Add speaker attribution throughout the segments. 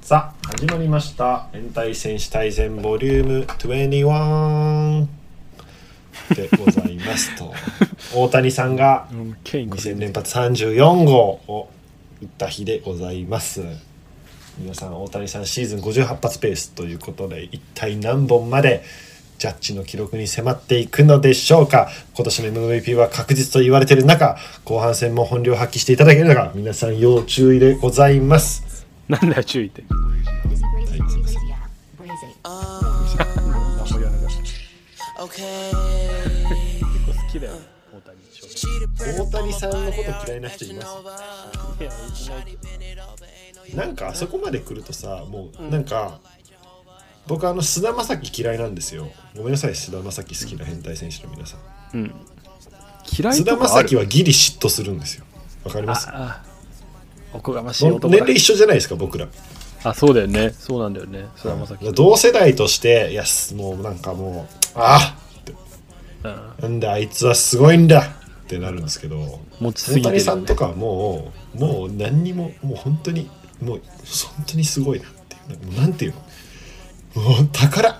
Speaker 1: さあ始まりました「延滞戦士大戦ボリューム21」でございますと大谷さんが
Speaker 2: うんケインこれ
Speaker 1: 2000連発34号を打った日でございます皆さん大谷さんシーズン58発ペースということで一体何本までジャッジの記録に迫っていくのでしょうか今年の MVP は確実と言われている中後半戦も本領発揮していただけるのか皆さん要注意でございます
Speaker 2: なんだよ注意って結
Speaker 3: Okay.
Speaker 2: 構好きだよ大谷翔平
Speaker 1: 大谷さんのこと嫌いな人いま
Speaker 2: いやいないけど
Speaker 1: すなんかあそこまで来るとさもうなんか、僕あの菅田将暉嫌いなんですよごめんなさい菅田将暉好きな変態選手の皆さん
Speaker 2: 嫌い
Speaker 1: 菅
Speaker 2: と
Speaker 1: 田
Speaker 2: かあ
Speaker 1: 将
Speaker 2: る
Speaker 1: 暉はギリ嫉妬するんですよわかります
Speaker 2: ああおこがましい
Speaker 1: 年
Speaker 2: 男だ
Speaker 1: 齢一緒じゃないですか僕ら
Speaker 2: あそうだよねそうなんだよね菅田将暉
Speaker 1: 同世代としていやすもうなんかもうあ
Speaker 2: うん
Speaker 1: なんであいつはすごいんだってなるんですけど
Speaker 2: 持ちす
Speaker 1: 大
Speaker 2: ぎて
Speaker 1: 谷
Speaker 2: る
Speaker 1: さ
Speaker 2: よ
Speaker 1: ん
Speaker 2: ね
Speaker 1: とかはもうもう何にももう本当にもう本当にすごいなっていうもうなんていうのもう宝っ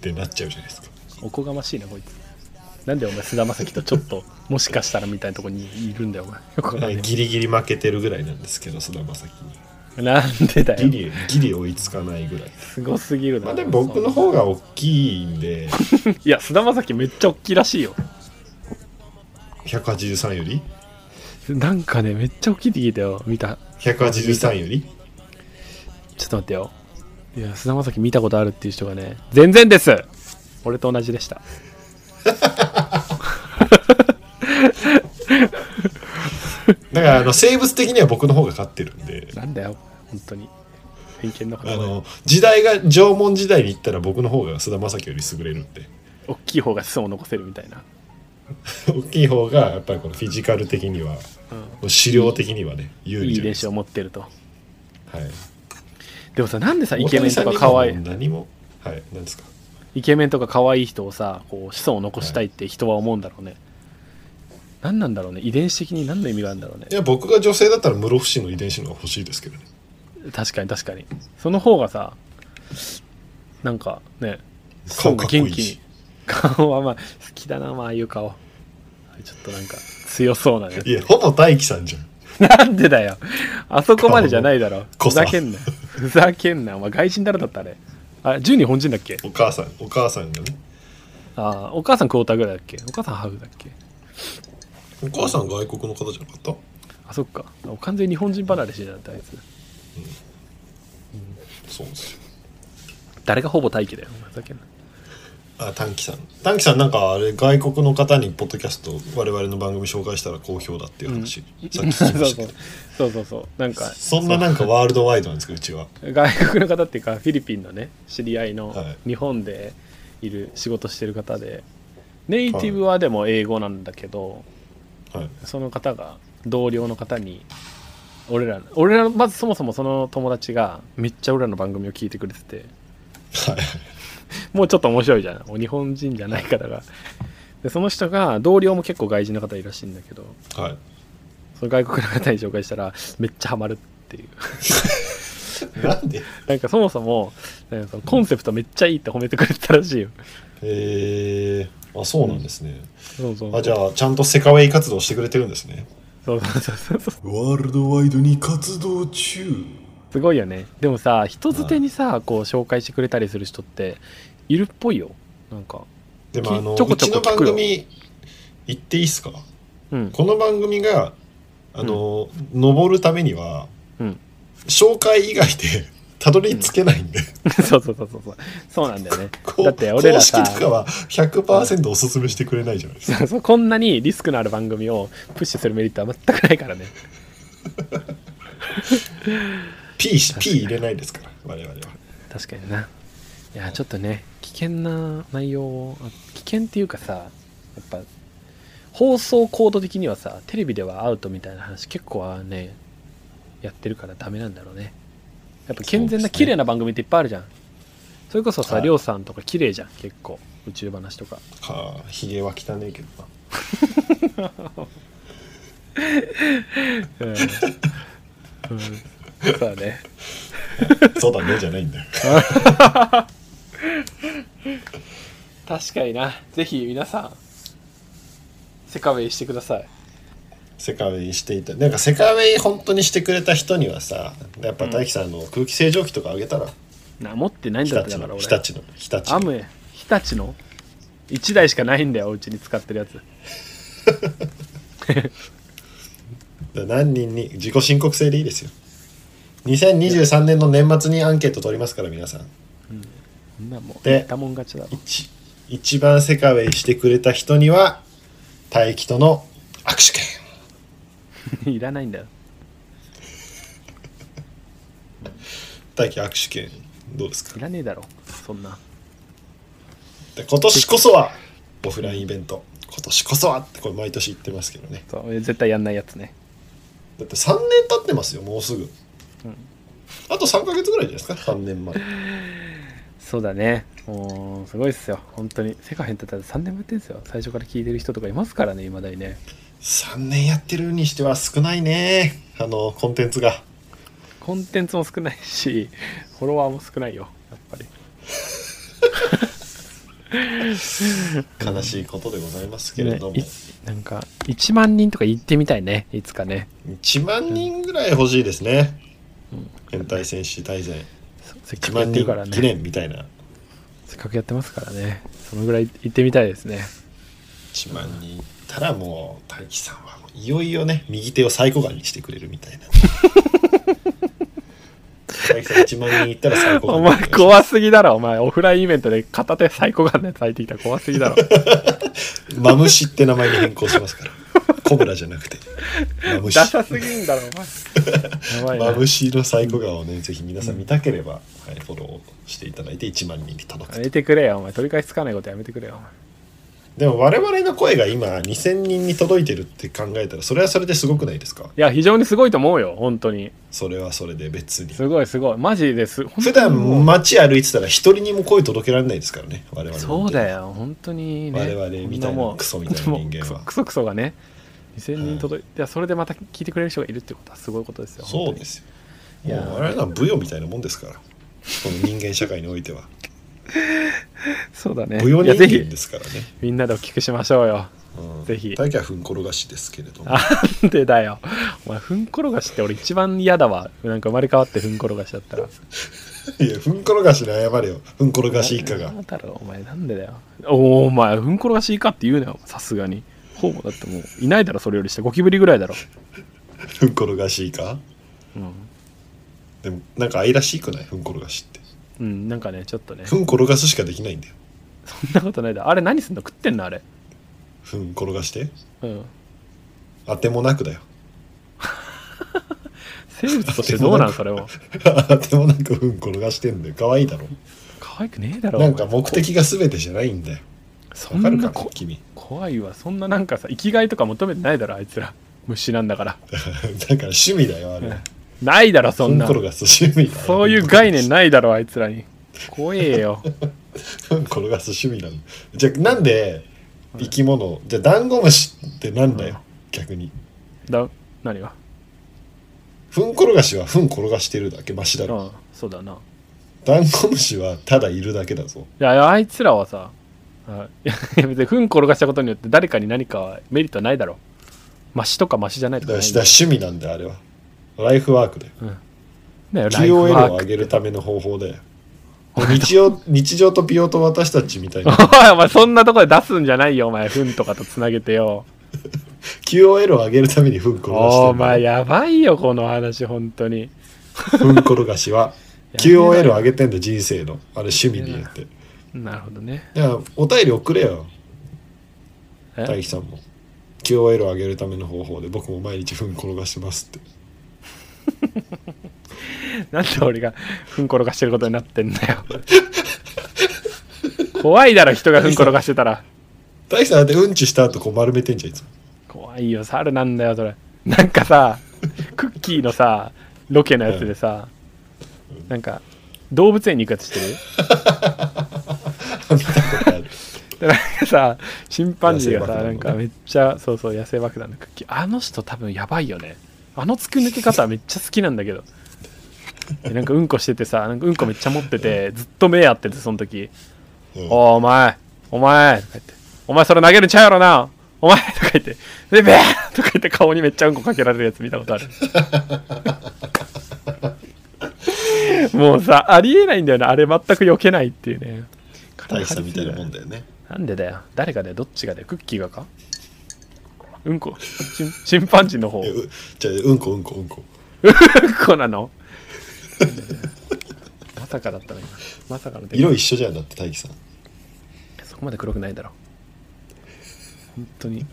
Speaker 1: てなっちゃうじゃないですか
Speaker 2: おこがましいなこいつなんでお前菅田将暉とちょっともしかしたらみたいなとこにいるんだよお前よくわかんない
Speaker 1: ギリギリ負けてるぐらいなんですけど菅田将
Speaker 2: なんでだ
Speaker 1: 暉に
Speaker 2: よ
Speaker 1: ギリギリ追いつかないぐらい
Speaker 2: すごすぎるな
Speaker 1: まあでも僕の方が大きいんで
Speaker 2: いや菅田将暉めっちゃ大きいらしいよ
Speaker 1: 183より
Speaker 2: なんかねめっちゃ大きいって聞いたよ見た
Speaker 1: 183より
Speaker 2: ちょっと待ってよ。いや、菅田将暉見たことあるっていう人がね、全然です俺と同じでした。
Speaker 1: だからあの生物的には僕の方が勝ってるんで
Speaker 2: なんだよ、本当に。偏見の
Speaker 1: あ
Speaker 2: 方が
Speaker 1: の時代が縄文時代に行ったら僕の方が菅田将暉より優れるんで
Speaker 2: 大きい方が子孫を残せるみたいな。
Speaker 1: 大きい方がやっぱりこのフィジカル的には資料的にはね有利
Speaker 2: い
Speaker 1: じ
Speaker 2: い
Speaker 1: ゃない
Speaker 2: 練
Speaker 1: です
Speaker 2: 習を持ってると。
Speaker 1: かはい
Speaker 2: でもさ、なんでさ、イ
Speaker 1: 大
Speaker 2: ケメ
Speaker 1: 谷
Speaker 2: ン
Speaker 1: さ
Speaker 2: と
Speaker 1: んに
Speaker 2: か可愛
Speaker 1: も
Speaker 2: い、
Speaker 1: 何もはい何ですか
Speaker 2: イケメンとか可愛い人をさ、こう、子孫を残したいって人は思うんだろうね。何なんだろうね。遺伝子的に何の意味があるんだろうね
Speaker 1: い。や僕が女性だったら室伏の遺伝子の方が欲しいですけどね
Speaker 2: 確かに確かに。その方がさ、なんかね、
Speaker 1: 顔かっこいい
Speaker 2: 元気に。顔はまあ、好きだな、まあ、ああいう顔。ちょっとなんか、強そうなね。
Speaker 1: いやほぼ大輝さんじゃん
Speaker 2: なんでだよ。あそこまでじゃないだろ。
Speaker 1: 顔
Speaker 2: ふ
Speaker 1: の濃さ
Speaker 2: ざけんな。ふざけんな。お前、外人誰だったあれ。あ、10人本人だっけ
Speaker 1: お母さんお母さんがね
Speaker 2: あお母さんクォーターぐらいだっけお母さんハーフだっけ
Speaker 1: お母さん外国の方じゃなかった
Speaker 2: あ、そっか。完全に日本人離れしてたんだ、あいつ。
Speaker 1: そうですよ
Speaker 2: 誰がほぼ待機だよ。お前ふざけんな。
Speaker 1: あ短期さん短期さんなんかあれ外国の方にポッドキャスト我々の番組紹介したら好評だっていう話、さっき
Speaker 2: そう
Speaker 1: 聞きましたけ
Speaker 2: そ う
Speaker 1: ど。
Speaker 2: そうそうそう。なんか、
Speaker 1: そんななんかワールドワイドなんですかうちは
Speaker 2: 外国の方っていうかフィリピンのね知り合いの
Speaker 1: はい
Speaker 2: 日本でいる仕事してる方でネイティブはでも英語なんだけど、
Speaker 1: はい
Speaker 2: その方が同僚の方に俺ら俺らまずそもそもその友達がめっちゃ俺らの番組を聞いてくれてて
Speaker 1: はい
Speaker 2: もうちょっと面白いじゃんお日本人じゃない方がでその人が同僚も結構外人の方いるらしいんだけど
Speaker 1: はい
Speaker 2: その外国の方に紹介したらめっちゃハマるっていう
Speaker 1: なんで
Speaker 2: なんかそもそもなんかそのコンセプトめっちゃいいって褒めてくれてたらしいよ
Speaker 1: えー、あそうなんですね、
Speaker 2: そうそう
Speaker 1: あじゃあちゃんとセカウェイ活動してくれてるんですね
Speaker 2: そうそうそうそうそう
Speaker 1: ワールドワイドに活動中
Speaker 2: すごいよねでもさ人づてにさこう紹介してくれたりする人っているっぽいよなんか
Speaker 1: でもあの
Speaker 2: ちょこちょこ
Speaker 1: うちの
Speaker 2: 聞く
Speaker 1: 番
Speaker 2: よ
Speaker 1: 組言っていいっすか
Speaker 2: うん
Speaker 1: この番組があの、登るためには、
Speaker 2: うん
Speaker 1: 紹介以外で たどり着けないんで、
Speaker 2: そうそうそうそうそうそうなんだよね
Speaker 1: こう
Speaker 2: だって俺らさ
Speaker 1: 公式とかは100%おすすめしてくれないじゃないですか、
Speaker 2: そうそうこんなにリスクのある番組をプッシュするメリットは全くないからね
Speaker 1: P, P 入れないですから我々は
Speaker 2: 確かにないやちょっとね危険な内容をあ危険っていうかさやっぱ放送コード的にはさテレビではアウトみたいな話結構はねやってるからダメなんだろうねやっぱ健
Speaker 1: そうで
Speaker 2: 全
Speaker 1: す
Speaker 2: な
Speaker 1: ね
Speaker 2: 綺麗な番組っていっぱいあるじゃんそれこそさ
Speaker 1: はい
Speaker 2: りょうさんとか綺麗じゃん結構宇宙話とか
Speaker 1: はあひげは汚ねえけどな
Speaker 2: うん、うん、そうだね
Speaker 1: そうだねじゃないんだよ。
Speaker 2: 確かにな。ぜひ皆さん、セカウェイしてください。
Speaker 1: セカウェイしていたなんかセカウェイ本当にしてくれた人にはさやっぱ大樹さんの空気清浄機とかあげたら、
Speaker 2: な、持ってないん
Speaker 1: 日
Speaker 2: だった
Speaker 1: 立
Speaker 2: だか
Speaker 1: の
Speaker 2: ら俺。
Speaker 1: 日立の日立
Speaker 2: ア
Speaker 1: の
Speaker 2: ムエ、日立の ?1 台しかないんだよ、うちに使ってるやつ。
Speaker 1: 何人に自己申告制でいいですよ2023年の年末にアンケート取りますから皆さん
Speaker 2: そんなもう、
Speaker 1: で
Speaker 2: 言ったもん勝ちだろ。
Speaker 1: 一一番セカウェイしてくれた人には大樹との握手券
Speaker 2: いらないんだよ。
Speaker 1: 大樹握手券どうですか
Speaker 2: いらねえだろ、そんな。
Speaker 1: で今年こそはオフラインイベント今年こそはってこれ毎年言ってますけどね
Speaker 2: そう絶対やんないやつね。
Speaker 1: だって3年経ってますよもうすぐ、あと3か月ぐらいじゃないですか3年前
Speaker 2: そうだね。もう、すごいっすよ。本当に。世界変ってたら3年もやってんすよ。最初から聞いてる人とかいますからね、未だにね。
Speaker 1: 3年やってるにしては少ないねあのコンテンツが
Speaker 2: コンテンツも少ないし、フォロワーも少ないよ、やっぱり。
Speaker 1: 悲しいことでございますけれ
Speaker 2: ね
Speaker 1: ども、
Speaker 2: いなんか、1万人とか行ってみたいね、いつかね。
Speaker 1: 1万人ぐらい欲しいですね、
Speaker 2: うん
Speaker 1: 変態戦士大全
Speaker 2: そうせっ
Speaker 1: 1
Speaker 2: かくや
Speaker 1: 万
Speaker 2: って
Speaker 1: 人
Speaker 2: るから
Speaker 1: 記
Speaker 2: ね。
Speaker 1: 念みたいな
Speaker 2: せっかくやってますからね。そのぐらい行ってみたいですね。
Speaker 1: 1万人いったらもう大樹さんはもういよいよね右手をサイコガンにしてくれるみた いな大樹さん1万人いったらサイコガン
Speaker 2: お
Speaker 1: にな
Speaker 2: 前
Speaker 1: る
Speaker 2: 怖すぎだろ、お前。オフラインイベントで片手サイコガンのやつ入ってきたら怖す ぎだろ。
Speaker 1: マムシって名前に変更しますからコブラじゃなくてマムシ
Speaker 2: ダサすぎんだろ、 お前。やば
Speaker 1: ま
Speaker 2: いな
Speaker 1: ぶ。しの最後顔をね、ぜひ皆さん見たければ、はい、フォローしていただいて1万人に届
Speaker 2: や
Speaker 1: く。
Speaker 2: めてくれよ、お前。取り返しつかないことやめてくれよ、お前。
Speaker 1: でも我々の声が今2000人に届いてるって考えたら、それはそれですごくないですか
Speaker 2: いや、非常にすごいと思うよ、本当に。
Speaker 1: それはそれで別に。
Speaker 2: すごいすごい。マジです。本当に
Speaker 1: 普段街歩いてたら一人にも声届けられないですからね、我々なんて
Speaker 2: そうだ。よ、本当にね。
Speaker 1: 我々みたいな
Speaker 2: こんもう
Speaker 1: クソみたいな人間は
Speaker 2: もうクソクソクソがね、2000
Speaker 1: は
Speaker 2: 人
Speaker 1: い
Speaker 2: 届いて、いやそれでまた聞いてくれる人がいるってことはすごいことですよ。
Speaker 1: そう
Speaker 2: 本当
Speaker 1: で
Speaker 2: に
Speaker 1: す
Speaker 2: い
Speaker 1: よ。
Speaker 2: や
Speaker 1: もう我々はブヨみたいなもんですから、この人間社会においては。
Speaker 2: そうだ ね。
Speaker 1: ブヨ
Speaker 2: い
Speaker 1: 人
Speaker 2: や、
Speaker 1: 間
Speaker 2: ぜひ
Speaker 1: で、すからね。
Speaker 2: みんなでお聞きしましょうよ。
Speaker 1: うん
Speaker 2: ぜひ
Speaker 1: 大気はふんころがしですけれども。
Speaker 2: なんでだよ。お前、ふんころがしって俺一番嫌だわ。なんか生まれ変わってふんころがしだったら。
Speaker 1: いや、ふんころがしに謝れよ。ふんころがし一家が
Speaker 2: な。んだろう、お前、なんでだよ。おお、お前、ふんころがしいかって言うなよ、さすがに。ほぼだってもう、いないだろ、それよりして。ゴキブリぐらいだろ。
Speaker 1: ふんころがしイカ
Speaker 2: うん。
Speaker 1: でもなんか愛らしくないふんころがしって
Speaker 2: うん、なんかね、ちょっとね。
Speaker 1: ふん転がすしかできないんだよ
Speaker 2: そんなことないだろ。あれ、何すんの食ってんのあれ。
Speaker 1: ふん転がして
Speaker 2: うん。
Speaker 1: あてもなくだよ
Speaker 2: 生物としてどうなんそれも。
Speaker 1: あてもなくふん転がしてんだよ可愛いだろ
Speaker 2: 可愛くねえだろ。
Speaker 1: なんか
Speaker 2: お前
Speaker 1: 目的が全てじゃないんだよ
Speaker 2: そ
Speaker 1: わか
Speaker 2: ん
Speaker 1: るか
Speaker 2: な
Speaker 1: な
Speaker 2: こ
Speaker 1: 君
Speaker 2: 怖いわ。そんななんかさ、生きがいとか求めてないだろ、あいつら。虫なんだから。
Speaker 1: だから趣味だよあれ
Speaker 2: ないだろ、そ
Speaker 1: ふん
Speaker 2: んな。
Speaker 1: 転がす趣味だよ
Speaker 2: そういう概念ないだろ、あいつらに。怖えよ。
Speaker 1: ふん転がす趣味なのじゃあなんで生き物じゃあダンゴムシってなんだよ逆に
Speaker 2: だ、何が
Speaker 1: ふん転がしはふん転がしてるだけマシだ
Speaker 2: う
Speaker 1: ろ
Speaker 2: ん、そうだな。い
Speaker 1: ダンゴムシはただいるだけだぞ
Speaker 2: や、あいつらはさ、あいや別に糞転がしたことによって誰かに何かはメリットはないだろ。マシとかマシじゃないと
Speaker 1: だか
Speaker 2: か
Speaker 1: ら
Speaker 2: ない
Speaker 1: だ
Speaker 2: ん
Speaker 1: か
Speaker 2: だ
Speaker 1: ら趣味なんだよあれはライフワークだよ
Speaker 2: よ。だよ
Speaker 1: QOL
Speaker 2: ライフ
Speaker 1: を
Speaker 2: ワー
Speaker 1: 上
Speaker 2: ク
Speaker 1: げるための方法だよ日常日常と美容と私たちみたい な
Speaker 2: おい、お前そんなとこで出すんじゃないよ、お前。糞とかとつなげてよ。
Speaker 1: QOL を上げるためにふんころがし
Speaker 2: お前、
Speaker 1: て
Speaker 2: やばいよ、この話、本当に。
Speaker 1: るふんころがし は QOL を上げてんだ人生のあれ趣味にやってい
Speaker 2: なるほどね。
Speaker 1: やお便り送れよ
Speaker 2: え
Speaker 1: 大樹さんも QOL を上げるための方法で僕も毎日ふんころがしてますって
Speaker 2: なんで俺が糞転がしてることになってん だよ。怖いだろ、人が糞転がしてたら。
Speaker 1: 大樹さんだってうんちした後こう丸めてんじゃんいつも
Speaker 2: 怖いよ猿なんだよそれなんかさクッキーのさロケのやつでさ、なんか動物園に行くやつしてる
Speaker 1: 見たことある
Speaker 2: でなんかさチンパンジーがさ、
Speaker 1: 野生爆弾の
Speaker 2: なん
Speaker 1: ね
Speaker 2: かめっちゃそうそう野生 爆弾のクッキーあの人多分やばいよねあの突き抜け方めっちゃ好きなんだけどでなんかうんこしててさなんかうんこめっちゃ持っててずっと目合っててその時
Speaker 1: う
Speaker 2: 「
Speaker 1: ん
Speaker 2: おーお前お前」とか言って「お前それ投げるんちゃうやろなお前」とか言って「でべー」とか言って顔にめっちゃうんこかけられるやつ見たこと あるもうさありえないんだよなあれ全く避けないっていうね
Speaker 1: 大したみたいなもんだよね
Speaker 2: なんでだよ誰がだよどっちがだよクッキーがかうんこチンチンパンジーの方
Speaker 1: えうじゃあうんこうんこうんこ
Speaker 2: うんこなのまさかだったね今まさかの出来
Speaker 1: 色一緒じゃんだって大樹さん
Speaker 2: そこまで黒くないだろ本当に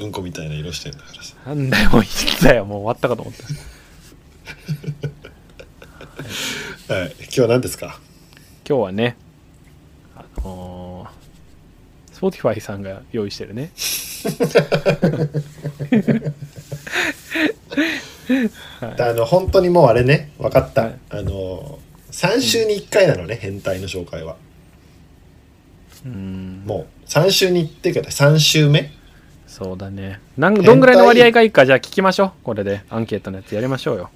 Speaker 1: うんこみたいな色してんだからさ
Speaker 2: なんだよもう生きたよもう終わったかと思った
Speaker 1: はい今日は何ですか
Speaker 2: 今日はねあのー、Spotify さんが用意してるね
Speaker 1: あの本当にもうあれね分かった、
Speaker 2: はい
Speaker 1: あの3週に1回なのね、変態の紹介は
Speaker 2: うーん
Speaker 1: もう3週にっていうか3週目
Speaker 2: そうだねなんどんぐらいの割合がいいかじゃあ聞きましょうこれでアンケートのやつやりましょうよ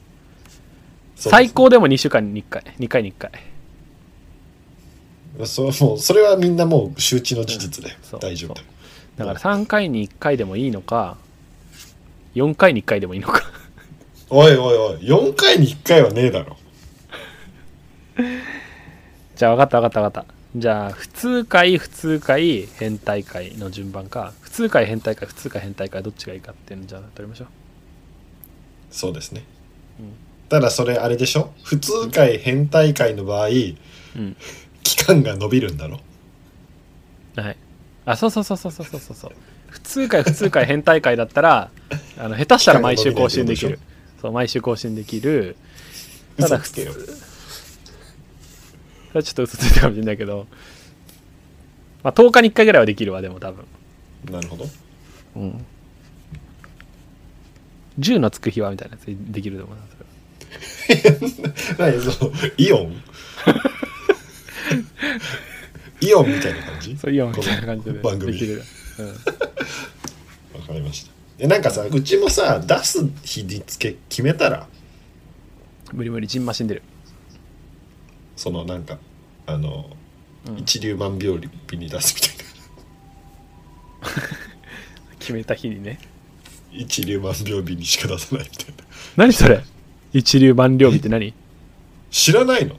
Speaker 1: そう
Speaker 2: 最高でも2週間に1回2回に1回
Speaker 1: そうもうそれはみんなもう周知の事実で、
Speaker 2: そう
Speaker 1: 大丈夫だ
Speaker 2: そ
Speaker 1: よ
Speaker 2: だから3回に1回でもいいのか4回に1回でもいいのか
Speaker 1: おいおいおい4回に1回はねえだろ
Speaker 2: じゃあ分かった分かった分かったじゃあ普通回普通回変態回の順番か普通回変態回普通回変態回どっちがいいかっていうのじゃあ取りましょう
Speaker 1: そうですね、
Speaker 2: うん
Speaker 1: ただそれあれでしょ普通回変態回の場合
Speaker 2: うん
Speaker 1: 期間が伸びるんだろ
Speaker 2: はいあそうそうそうそうそうそうそうそう普通回普通回変態回だったらあの下手したら毎週更新で
Speaker 1: 期
Speaker 2: き
Speaker 1: 間が伸びないってことで
Speaker 2: るそう毎週更新できるた
Speaker 1: 嘘
Speaker 2: だ
Speaker 1: つけよ
Speaker 2: それはちょっと嘘ついたかもしれないけど、まあ、10日に1回ぐらいはできるわでも多分
Speaker 1: なるほど
Speaker 2: うん10のつく日はみたいなやつできると思います
Speaker 1: 何そうイ オンイオンみたいな感じ
Speaker 2: そうイオンみたいな感じで
Speaker 1: この番組
Speaker 2: できる、うん、
Speaker 1: わかりましたえなんかさうちもさ出す日につけ決めたら
Speaker 2: 無理無理ジンマシン出る
Speaker 1: そのなんかあの、
Speaker 2: うん
Speaker 1: 一粒万病日に出すみたいな
Speaker 2: 決めた日にね
Speaker 1: 一粒万病日にしか出さないみたいな
Speaker 2: 何それ一流万両日って何
Speaker 1: 知らないの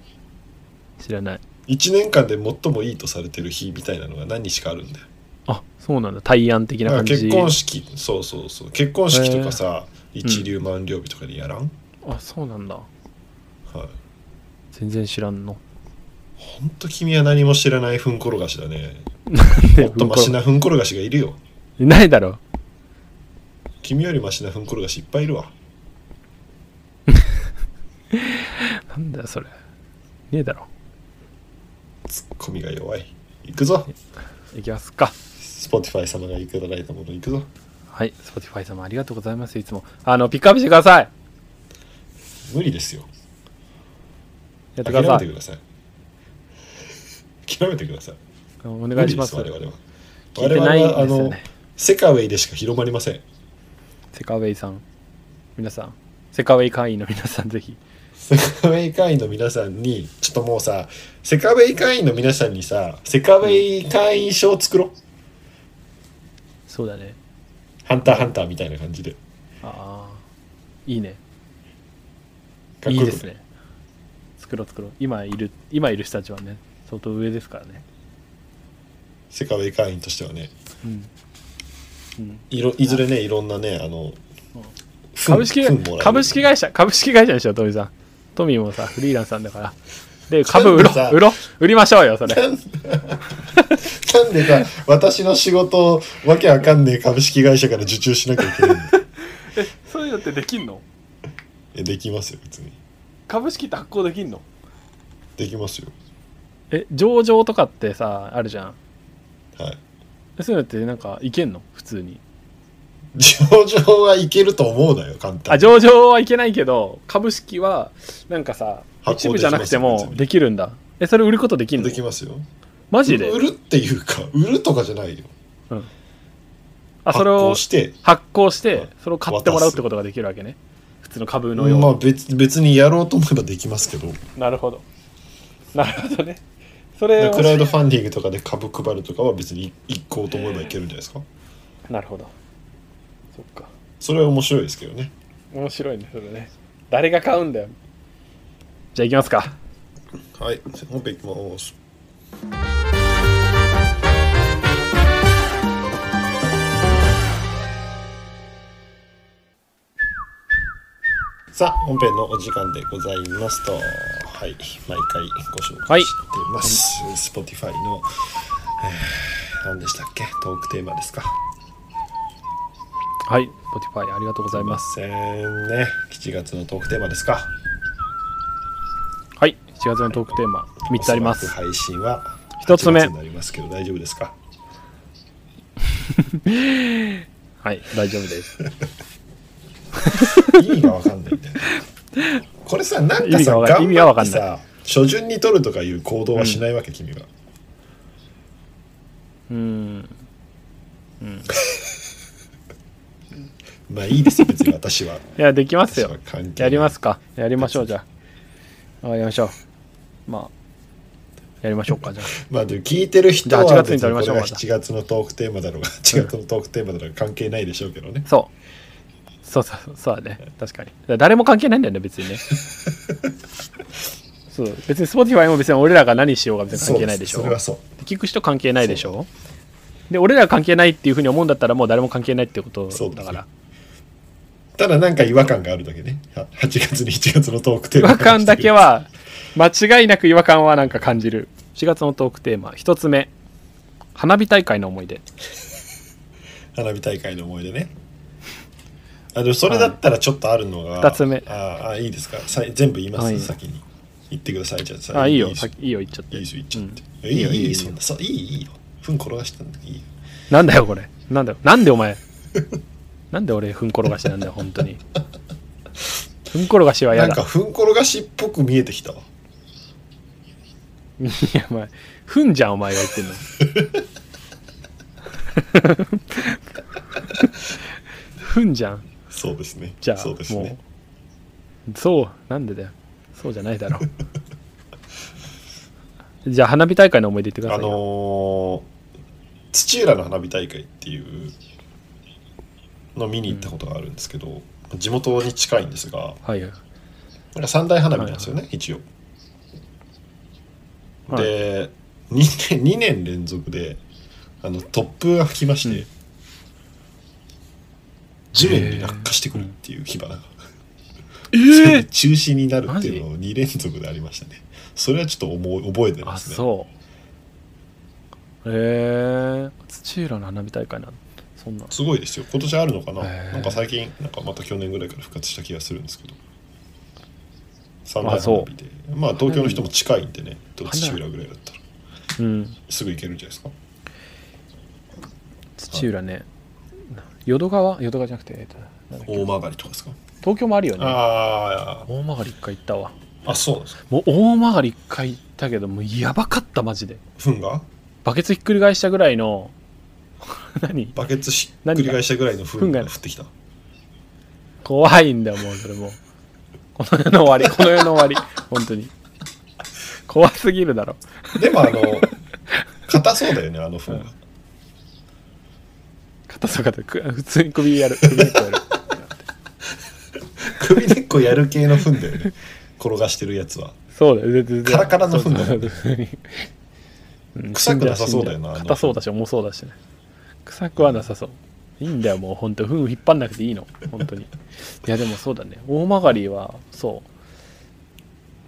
Speaker 2: 知らない
Speaker 1: 1年間で最もいいとされてる日みたいなのが何日かあるんだよ
Speaker 2: あそうなんだ対案的
Speaker 1: だ
Speaker 2: な
Speaker 1: から
Speaker 2: 感じ
Speaker 1: 結婚式そうそうそう結婚式とかさ、
Speaker 2: ん
Speaker 1: 一粒万病日とかでやらん、
Speaker 2: あそうなんだ
Speaker 1: はい
Speaker 2: 全然知らんの
Speaker 1: ほんと君は何も知らないふんころがしだねもっとマシ
Speaker 2: な
Speaker 1: なふんころがしがいるよ
Speaker 2: いないだろ
Speaker 1: 君よりマシなふんころがしいっぱいいるわ
Speaker 2: なんだよそれねえだろ
Speaker 1: ツッコミが弱い行くぞ
Speaker 2: いきますか
Speaker 1: Spotify 様がいただいたものいくぞ
Speaker 2: はい Spotify 様ありがとうございますいつもあのピックアップしてください
Speaker 1: 無理ですよ
Speaker 2: やって
Speaker 1: 諦
Speaker 2: くだ
Speaker 1: め
Speaker 2: さ
Speaker 1: て
Speaker 2: い
Speaker 1: ください諦めてください
Speaker 2: お願
Speaker 1: 無
Speaker 2: い
Speaker 1: 理
Speaker 2: し
Speaker 1: で
Speaker 2: ます
Speaker 1: す我々は
Speaker 2: 聞いてないん
Speaker 1: 我々
Speaker 2: ですよね
Speaker 1: はあのセカウェイでしか広まりません
Speaker 2: セカウェイさん、皆さん、セカウェイ会員の皆さん、ぜひ。
Speaker 1: セカウェイ会員の皆さんにちょっともうさセカウェイ会員の皆さんにさセカウェイ会員証作ろう
Speaker 2: そうだね。
Speaker 1: ハンターハンターみたいな感じで
Speaker 2: ああ、いいね。
Speaker 1: かっこ
Speaker 2: い
Speaker 1: よ
Speaker 2: い
Speaker 1: く
Speaker 2: ですね。作ろう作ろう。今いる、今いる人たちはね、相当上ですからね。
Speaker 1: セカウェイ会員としてはね
Speaker 2: うん。うん、
Speaker 1: いろいずれねいろんなねあのふん
Speaker 2: 株式
Speaker 1: ふんもらえる
Speaker 2: 株式会社、株式会社にしよう、トミーさん。トミーもさ、フリーランスなんだから。で、株売ろ
Speaker 1: なんでさ
Speaker 2: う、売ろう、売りましょうよ、それ。
Speaker 1: なんでさ私の仕事をわけわかんねえ株式会社から受注しなきゃいけないの
Speaker 2: そういうのってできんの
Speaker 1: えできますよ別に
Speaker 2: 株式って発行できんの
Speaker 1: できますよ
Speaker 2: え、上場とかってさ、あるじゃん。
Speaker 1: はい
Speaker 2: そういうのってなんか、いけんの普通に。
Speaker 1: 上場はいけると思うなよ簡単
Speaker 2: あ
Speaker 1: に
Speaker 2: 上場はいけないけど株式はなんかさ
Speaker 1: 発行
Speaker 2: 一部
Speaker 1: できます
Speaker 2: じゃなくて
Speaker 1: 別
Speaker 2: も
Speaker 1: に
Speaker 2: できるんだえそれ売ることできんの
Speaker 1: できますよ
Speaker 2: マジで
Speaker 1: 売るっていうか売るとかじゃないよ
Speaker 2: あそれ
Speaker 1: 発
Speaker 2: を
Speaker 1: 行して
Speaker 2: 発行し
Speaker 1: は
Speaker 2: て
Speaker 1: い
Speaker 2: それを買ってもらうってことができるわけね普普通の株のように、
Speaker 1: まあ別別にやろうと思えばできますけど
Speaker 2: なるほどなるほどねそれを
Speaker 1: クラウドファンディングとかで株配るとかは別に行こうと思えばいけるんじゃないですか
Speaker 2: なるほどそっか
Speaker 1: それは面白いですけどね
Speaker 2: 面白いねそれね誰が買うんだよじゃあ行きますか
Speaker 1: はい本編いきますさあ本編のお時間でございますとはい毎回ご紹
Speaker 2: は
Speaker 1: 介
Speaker 2: い
Speaker 1: しています、Spotify の、えー、何でしたっけトークテーマですか
Speaker 2: はい Spotify ありがとうござい
Speaker 1: ま
Speaker 2: ます
Speaker 1: せんね7月のトークテーマですか
Speaker 2: はい7月のトークテーマ3つありま
Speaker 1: お
Speaker 2: す
Speaker 1: そらく配信は
Speaker 2: 一つ目
Speaker 1: 8月になりますけど大丈夫ですか
Speaker 2: はい大丈夫です
Speaker 1: 意味がわかんないんだよねこれさなん
Speaker 2: 意
Speaker 1: か
Speaker 2: 味
Speaker 1: さ
Speaker 2: がわ
Speaker 1: 頑
Speaker 2: かん意味が
Speaker 1: 張
Speaker 2: わ
Speaker 1: っ
Speaker 2: かん
Speaker 1: て
Speaker 2: ない
Speaker 1: さ初旬に取るとかいう行動はしないわけ、君は
Speaker 2: うん
Speaker 1: まあいいですよ別に私は
Speaker 2: いやできます
Speaker 1: 私
Speaker 2: よ
Speaker 1: は関係
Speaker 2: やりますすかやりましょうじゃああやりましょうまあやりましょうかじゃあ
Speaker 1: まあでも聞いてる人
Speaker 2: じゃあ
Speaker 1: は
Speaker 2: 8月に取りましょう
Speaker 1: 別にこれが7月のトークテーマだろうが8月のトークテーマだろうが関係ないでしょうけどね
Speaker 2: そうそうそうそうそうだね確かにだから誰も関係ないんだよね別 にねそう別に Spotify も別に俺らが何しようが別に関係ないでしょ
Speaker 1: そうすそれはそう
Speaker 2: 聞く人関係ないでしょで俺ら関係ないっていうふうに思うんだったらもう誰も関係ないってこと
Speaker 1: そうです
Speaker 2: だ
Speaker 1: よ
Speaker 2: から
Speaker 1: ただなんか違和感があるだけねは8月に7月のトークテー
Speaker 2: 違
Speaker 1: マ
Speaker 2: 和感だけは間違いなく違和感はなんか感じる4月のトークテーマ1つ目花火大会の思い出
Speaker 1: 花火大会の思い出ねあでもそれだったらちょっとあるのが、
Speaker 2: はい二つ目
Speaker 1: ああいいですかさい全部言います、
Speaker 2: はい
Speaker 1: 先に言ってくださいじゃあさ
Speaker 2: あいいよ
Speaker 1: いい
Speaker 2: さっきいいよ言っちゃって
Speaker 1: いいですよ言っちゃって、
Speaker 2: うん
Speaker 1: いいよいい
Speaker 2: いい
Speaker 1: よいい
Speaker 2: よいいよ
Speaker 1: そんなそういいいいよ糞転がしたんだいいよ
Speaker 2: なんだよこれなんだよなんでお前なんで俺ふんころがしなんだよ本当にふんころがしは
Speaker 1: な
Speaker 2: 嫌
Speaker 1: ん
Speaker 2: だ
Speaker 1: か糞転がしっぽく見えてきたわ
Speaker 2: いやお前ふんじゃんお前が言ってんのふんじゃん
Speaker 1: そうですね
Speaker 2: じゃあ
Speaker 1: そうですね
Speaker 2: もうそうなんでだよそうじゃないだろうじゃあ花火大会の思い出言ってくだ
Speaker 1: あ
Speaker 2: さいよ、
Speaker 1: のー土浦の花火大会っていうのを見に行ったことがあるんですけど、地元に近いんですが
Speaker 2: はい
Speaker 1: な
Speaker 2: はい
Speaker 1: んか三大花火なんですよね、一応
Speaker 2: はい
Speaker 1: で2年 ,2 年連続であの突風が吹きまして、
Speaker 2: うん
Speaker 1: 地面に落下してくるっていう火花が、 それ
Speaker 2: え
Speaker 1: で中止になるっていうのを2連続でありましたねそれはちょっと思い覚えてま
Speaker 2: あ
Speaker 1: すね
Speaker 2: そうへえ土浦の花火大会なんそんな
Speaker 1: すごいですよ今年あるのかな、
Speaker 2: へー
Speaker 1: なんか最近なんかまた去年ぐらいから復活した気がするんですけど三
Speaker 2: あ
Speaker 1: 大
Speaker 2: そう
Speaker 1: 花火でまあ東京の人も近いんでね土浦ぐらいだったら
Speaker 2: うん
Speaker 1: すぐ行けるんじゃないですか
Speaker 2: 土浦ね淀川淀川じゃなくて、えっとなんだっけ
Speaker 1: 大曲がりとかですか
Speaker 2: 東京もあるよね
Speaker 1: あ
Speaker 2: 大曲一回行ったわ
Speaker 1: ああそうなんですか
Speaker 2: もう大曲一回行ったけどもうやばかったマジで
Speaker 1: 糞が
Speaker 2: バケツひっくり返したぐらいの 何
Speaker 1: バケツひっくり返したぐらいの糞
Speaker 2: 何
Speaker 1: が
Speaker 2: が
Speaker 1: 降ってきた
Speaker 2: 怖いんだよもうそれもうこの世の終わりこの世の終わり本当に怖すぎるだろ
Speaker 1: でもあの硬そうだよねあの糞が、
Speaker 2: うん硬そうか普通に首やる首にこうやる
Speaker 1: 首根っこやる系の糞だよね転がしてるやつは
Speaker 2: そうだよ全然
Speaker 1: カラカラの糞だもん
Speaker 2: そうそうそううん
Speaker 1: 臭くなさそうだよな
Speaker 2: 死ん
Speaker 1: あ
Speaker 2: じゃう
Speaker 1: の
Speaker 2: 硬そうだし重そうだしね臭くはなさそういいんだよもう本当糞引っ張んなくていいの本当にいやでもそうだね大曲りはそ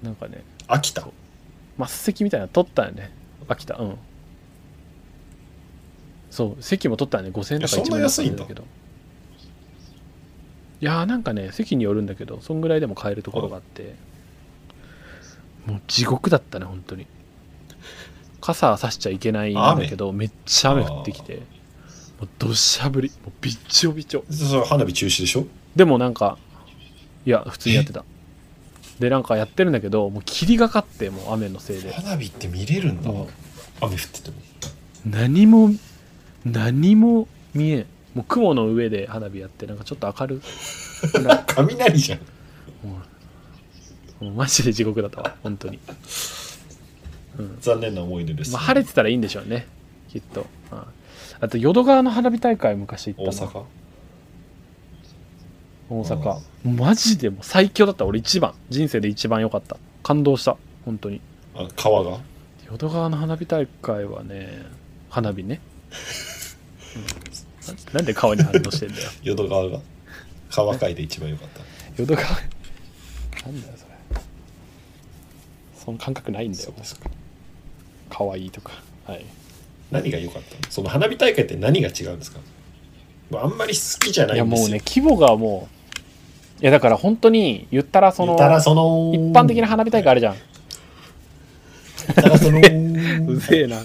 Speaker 2: うなんかね
Speaker 1: 飽きた
Speaker 2: 末席みたいなの取ったよね秋田うんそう席も取ったよね5000円とか
Speaker 1: いや
Speaker 2: 1万円
Speaker 1: そんな安いんだ
Speaker 2: けどいやーなんかね席によるんだけどそんぐらいでも買えるところがあってもう地獄だったね本当に傘は差しちゃいけないんだけどめっちゃ雨降ってきてもうどしゃ降りもうびっちょびちょ
Speaker 1: そそれ花火中止でしょ
Speaker 2: でもなんかいや普通にやってたでなんかやってるんだけどもう霧がかってもう雨のせいで
Speaker 1: 花火って見れるんだ、
Speaker 2: うん
Speaker 1: 雨降ってても
Speaker 2: 何も何も見えんもう雲の上で花火やってなんかちょっと明る
Speaker 1: 雷じゃん
Speaker 2: もうもうマジで地獄だったわ本当に、うん
Speaker 1: 残念な思い出です、
Speaker 2: まあ、晴れてたらいいんでしょうねきっと、うんあと淀川の花火大会昔行
Speaker 1: 大
Speaker 2: ったな
Speaker 1: 阪
Speaker 2: 大阪マジでもう最強だった俺一番人生で一番良かった感動した本当に
Speaker 1: あ川が
Speaker 2: 淀川の花火大会はね花 火ね、うんななんで川に反応してんだよ
Speaker 1: 淀川が川界で一番良かった
Speaker 2: 淀川なんだよそれその感覚ないんだよ
Speaker 1: ですか
Speaker 2: 可愛いとかはい
Speaker 1: 何が良かったのその花火大会って何が違うんですかあんまり好きじゃないい
Speaker 2: や
Speaker 1: んです
Speaker 2: も
Speaker 1: よ
Speaker 2: うね規模がもういやだから本当に言ったらその
Speaker 1: たらその
Speaker 2: 一般的な花火大会あるじゃん
Speaker 1: たらその
Speaker 2: うぜえな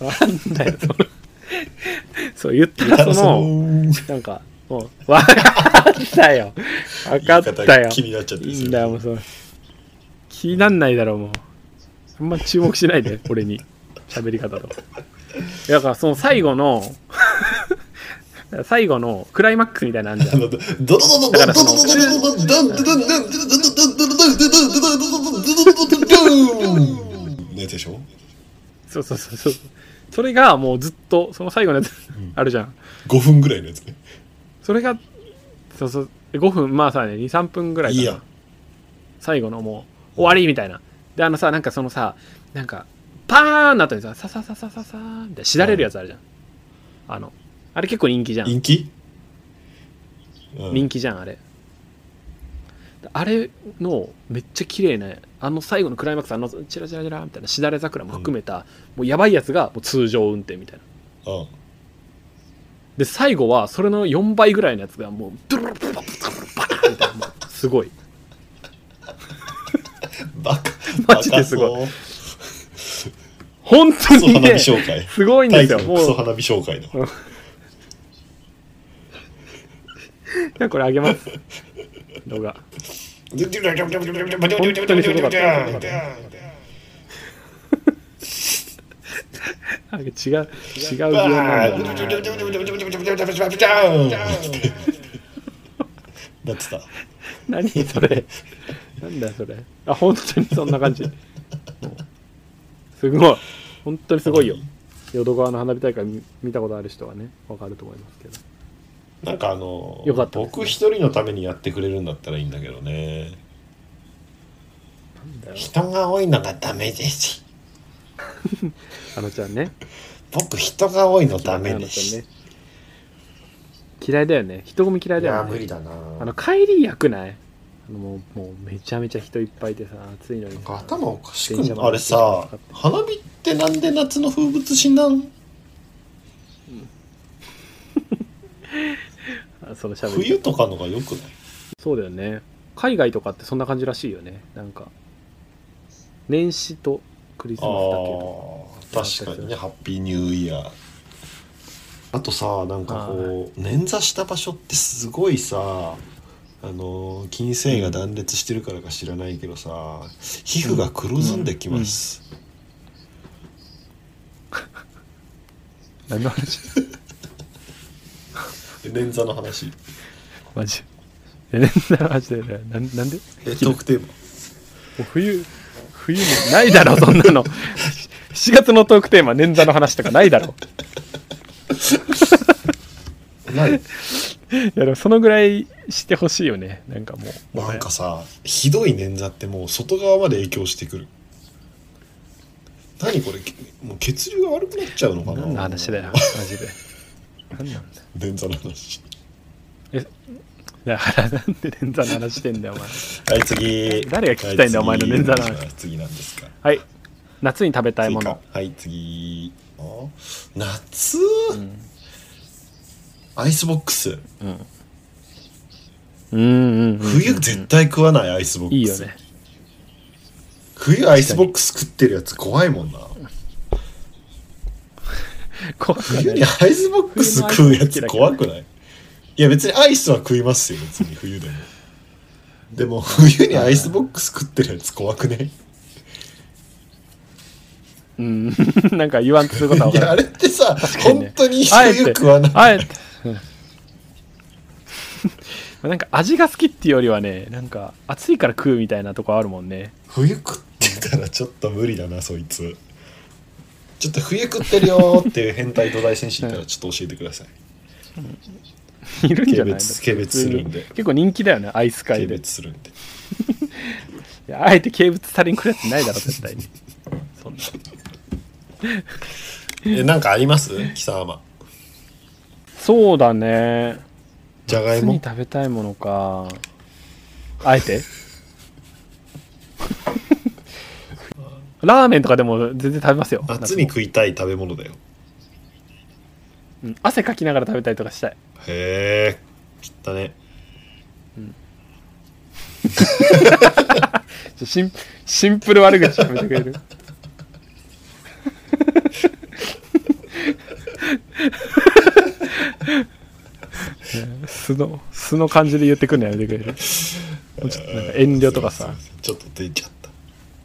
Speaker 2: なんだよその そう言った
Speaker 1: た
Speaker 2: ら
Speaker 1: ら
Speaker 2: そ
Speaker 1: そ
Speaker 2: の
Speaker 1: の
Speaker 2: なんかもうわかったよわかった
Speaker 1: 言い
Speaker 2: よ
Speaker 1: 方気になっちゃってる
Speaker 2: いいんだよもうその気になんないだろうもうあんま注目しないで俺に喋り方とだからその最後の最後のクライマックスみたいなのあんじゃん
Speaker 1: ドドドドドドドドドドドドドドドドドドドドドドドドドドドドドねでしょ
Speaker 2: そうそうそうそうそれがもうずっとその最後のやつ
Speaker 1: ん
Speaker 2: あるじゃん
Speaker 1: 5分ぐらいのやつね
Speaker 2: それがそうそう5分まあさね23分ぐらい
Speaker 1: いいや
Speaker 2: かな最後のもう終わりみたいなであのさなんかそのさなんかパーンな後にさささささささーみたいなしだれるやつあるじゃんあのあれ結構人気じゃん
Speaker 1: 人気
Speaker 2: 人気じゃんあれあれのめっちゃ綺麗なあの最後のクライマックスあのチラチラチラみたいなしだれ桜も含めた、もうやばいやつがもう通常運転みたいなで最後はそれの4倍ぐらいのやつがもうドゥルルルルルルルルルルみたいなもうすごい
Speaker 1: バカ
Speaker 2: 本当
Speaker 1: クソ
Speaker 2: に
Speaker 1: 花火
Speaker 2: ね
Speaker 1: 紹介
Speaker 2: すごいん
Speaker 1: タ
Speaker 2: で
Speaker 1: イ
Speaker 2: す
Speaker 1: トル
Speaker 2: よも
Speaker 1: クソ
Speaker 2: う
Speaker 1: 花火紹介だ
Speaker 2: じゃあこれあ げます動画あ違う違う違う擬音なんだよな
Speaker 1: なってた
Speaker 2: 何それなんだよそれあ本当にそんな感じもうすごい本当にすごいよ淀川の花火大会見見たことある人はねわかると思いますけど
Speaker 1: なんかあの
Speaker 2: よかったですね
Speaker 1: 僕一人のためにやってくれるんだったらいいんだけどね
Speaker 2: なんだよ
Speaker 1: 人が多いのがダメです
Speaker 2: あのちゃんね
Speaker 1: 僕人が多いのダ
Speaker 2: あ
Speaker 1: メ
Speaker 2: の
Speaker 1: で
Speaker 2: ち
Speaker 1: す、
Speaker 2: ゃんね嫌いだよね人混み嫌い
Speaker 1: い
Speaker 2: だ
Speaker 1: や
Speaker 2: よ
Speaker 1: ー
Speaker 2: ね
Speaker 1: 無理だな
Speaker 2: あの帰りやくないあのもうもうめちゃめちゃ人いっぱいでさ暑いのに
Speaker 1: なん
Speaker 2: さ
Speaker 1: か頭おかしく
Speaker 2: 電車
Speaker 1: な
Speaker 2: も
Speaker 1: いあれさ花火ってなんで夏の風物詩なん
Speaker 2: あそのしゃべり
Speaker 1: 冬とかのがよくない
Speaker 2: そうだよね海外とかってそんな感じらしいよねなんか年始とクリス
Speaker 1: あ
Speaker 2: マスだけど
Speaker 1: あー確かにねハッピーニューイヤーあとさなんかこう捻挫した場所ってすごいさあのー筋繊維が断裂してるからか知らないけどさ皮膚が黒ずんできます、
Speaker 2: 何の話
Speaker 1: 捻挫の話
Speaker 2: マジえ何の話だよねなんなんでも
Speaker 1: えトークテーマ
Speaker 2: う冬冬もないだろそんなの7月のトークテーマ捻挫の話とかないだろ
Speaker 1: ない
Speaker 2: いやでもそのぐらいしてほしいよねなんかもう
Speaker 1: なんかさひどい捻挫ってもう外側まで影響してくる何これけもう血流が悪くなっちゃうのかな
Speaker 2: 何の話だよマジで何なんだよ
Speaker 1: 捻挫の話
Speaker 2: だからなんで捻挫の話してんだよお前
Speaker 1: はい次
Speaker 2: 誰が聞きたいんだお前の捻挫の話
Speaker 1: 次なんですか
Speaker 2: はい夏に食べたい
Speaker 1: 次
Speaker 2: も
Speaker 1: か
Speaker 2: の、
Speaker 1: はい次あ夏、
Speaker 2: うん
Speaker 1: アイスボックス
Speaker 2: うんうんうんうん
Speaker 1: 冬絶対食わないアイスボックス
Speaker 2: いいよね
Speaker 1: 冬アイスボックス食ってるやつ怖いもんな
Speaker 2: 怖くない
Speaker 1: 冬にアイスボックス食うやつ怖くないいや別にアイスは食いますよ別に冬でもでも冬にアイスボックス食ってるやつ怖くね
Speaker 2: うん なんか言わんとすることは分
Speaker 1: いや
Speaker 2: か
Speaker 1: あ
Speaker 2: る
Speaker 1: れってさ
Speaker 2: かにね
Speaker 1: 本当に
Speaker 2: あえ
Speaker 1: 冬
Speaker 2: て
Speaker 1: 食わない
Speaker 2: あえて なんか味が好きっていうよりはねなんか暑いから食うみたいなとこあるもん ね
Speaker 1: 冬食ってたらちょっと無理だなそいつちょっと冬食ってるよーっていう変態土台戦士いたらちょっと教えてください
Speaker 2: いるんじゃないの
Speaker 1: 軽蔑軽蔑するんで
Speaker 2: 普通に結構人気だよねアイス
Speaker 1: 軽
Speaker 2: 界でい
Speaker 1: 蔑するんで
Speaker 2: やあえて軽蔑されに来るやつな いだろ絶対にそんな
Speaker 1: えなんかあります貴様
Speaker 2: そうだね
Speaker 1: じゃがい
Speaker 2: 夏に
Speaker 1: も
Speaker 2: 食べたいものかあえ てラーメンとかでも全然食べますよ
Speaker 1: 夏に
Speaker 2: も
Speaker 1: 食いたい食べ物だよ
Speaker 2: うん汗かきながら食べたりとかしたい
Speaker 1: へえ切ったね
Speaker 2: ちょシンシンプル悪口やめてくれる素の素の感じで言ってくるのやめてくれるもうちょっとなんか遠慮とかさ
Speaker 1: すいませんちょっと出ちゃっ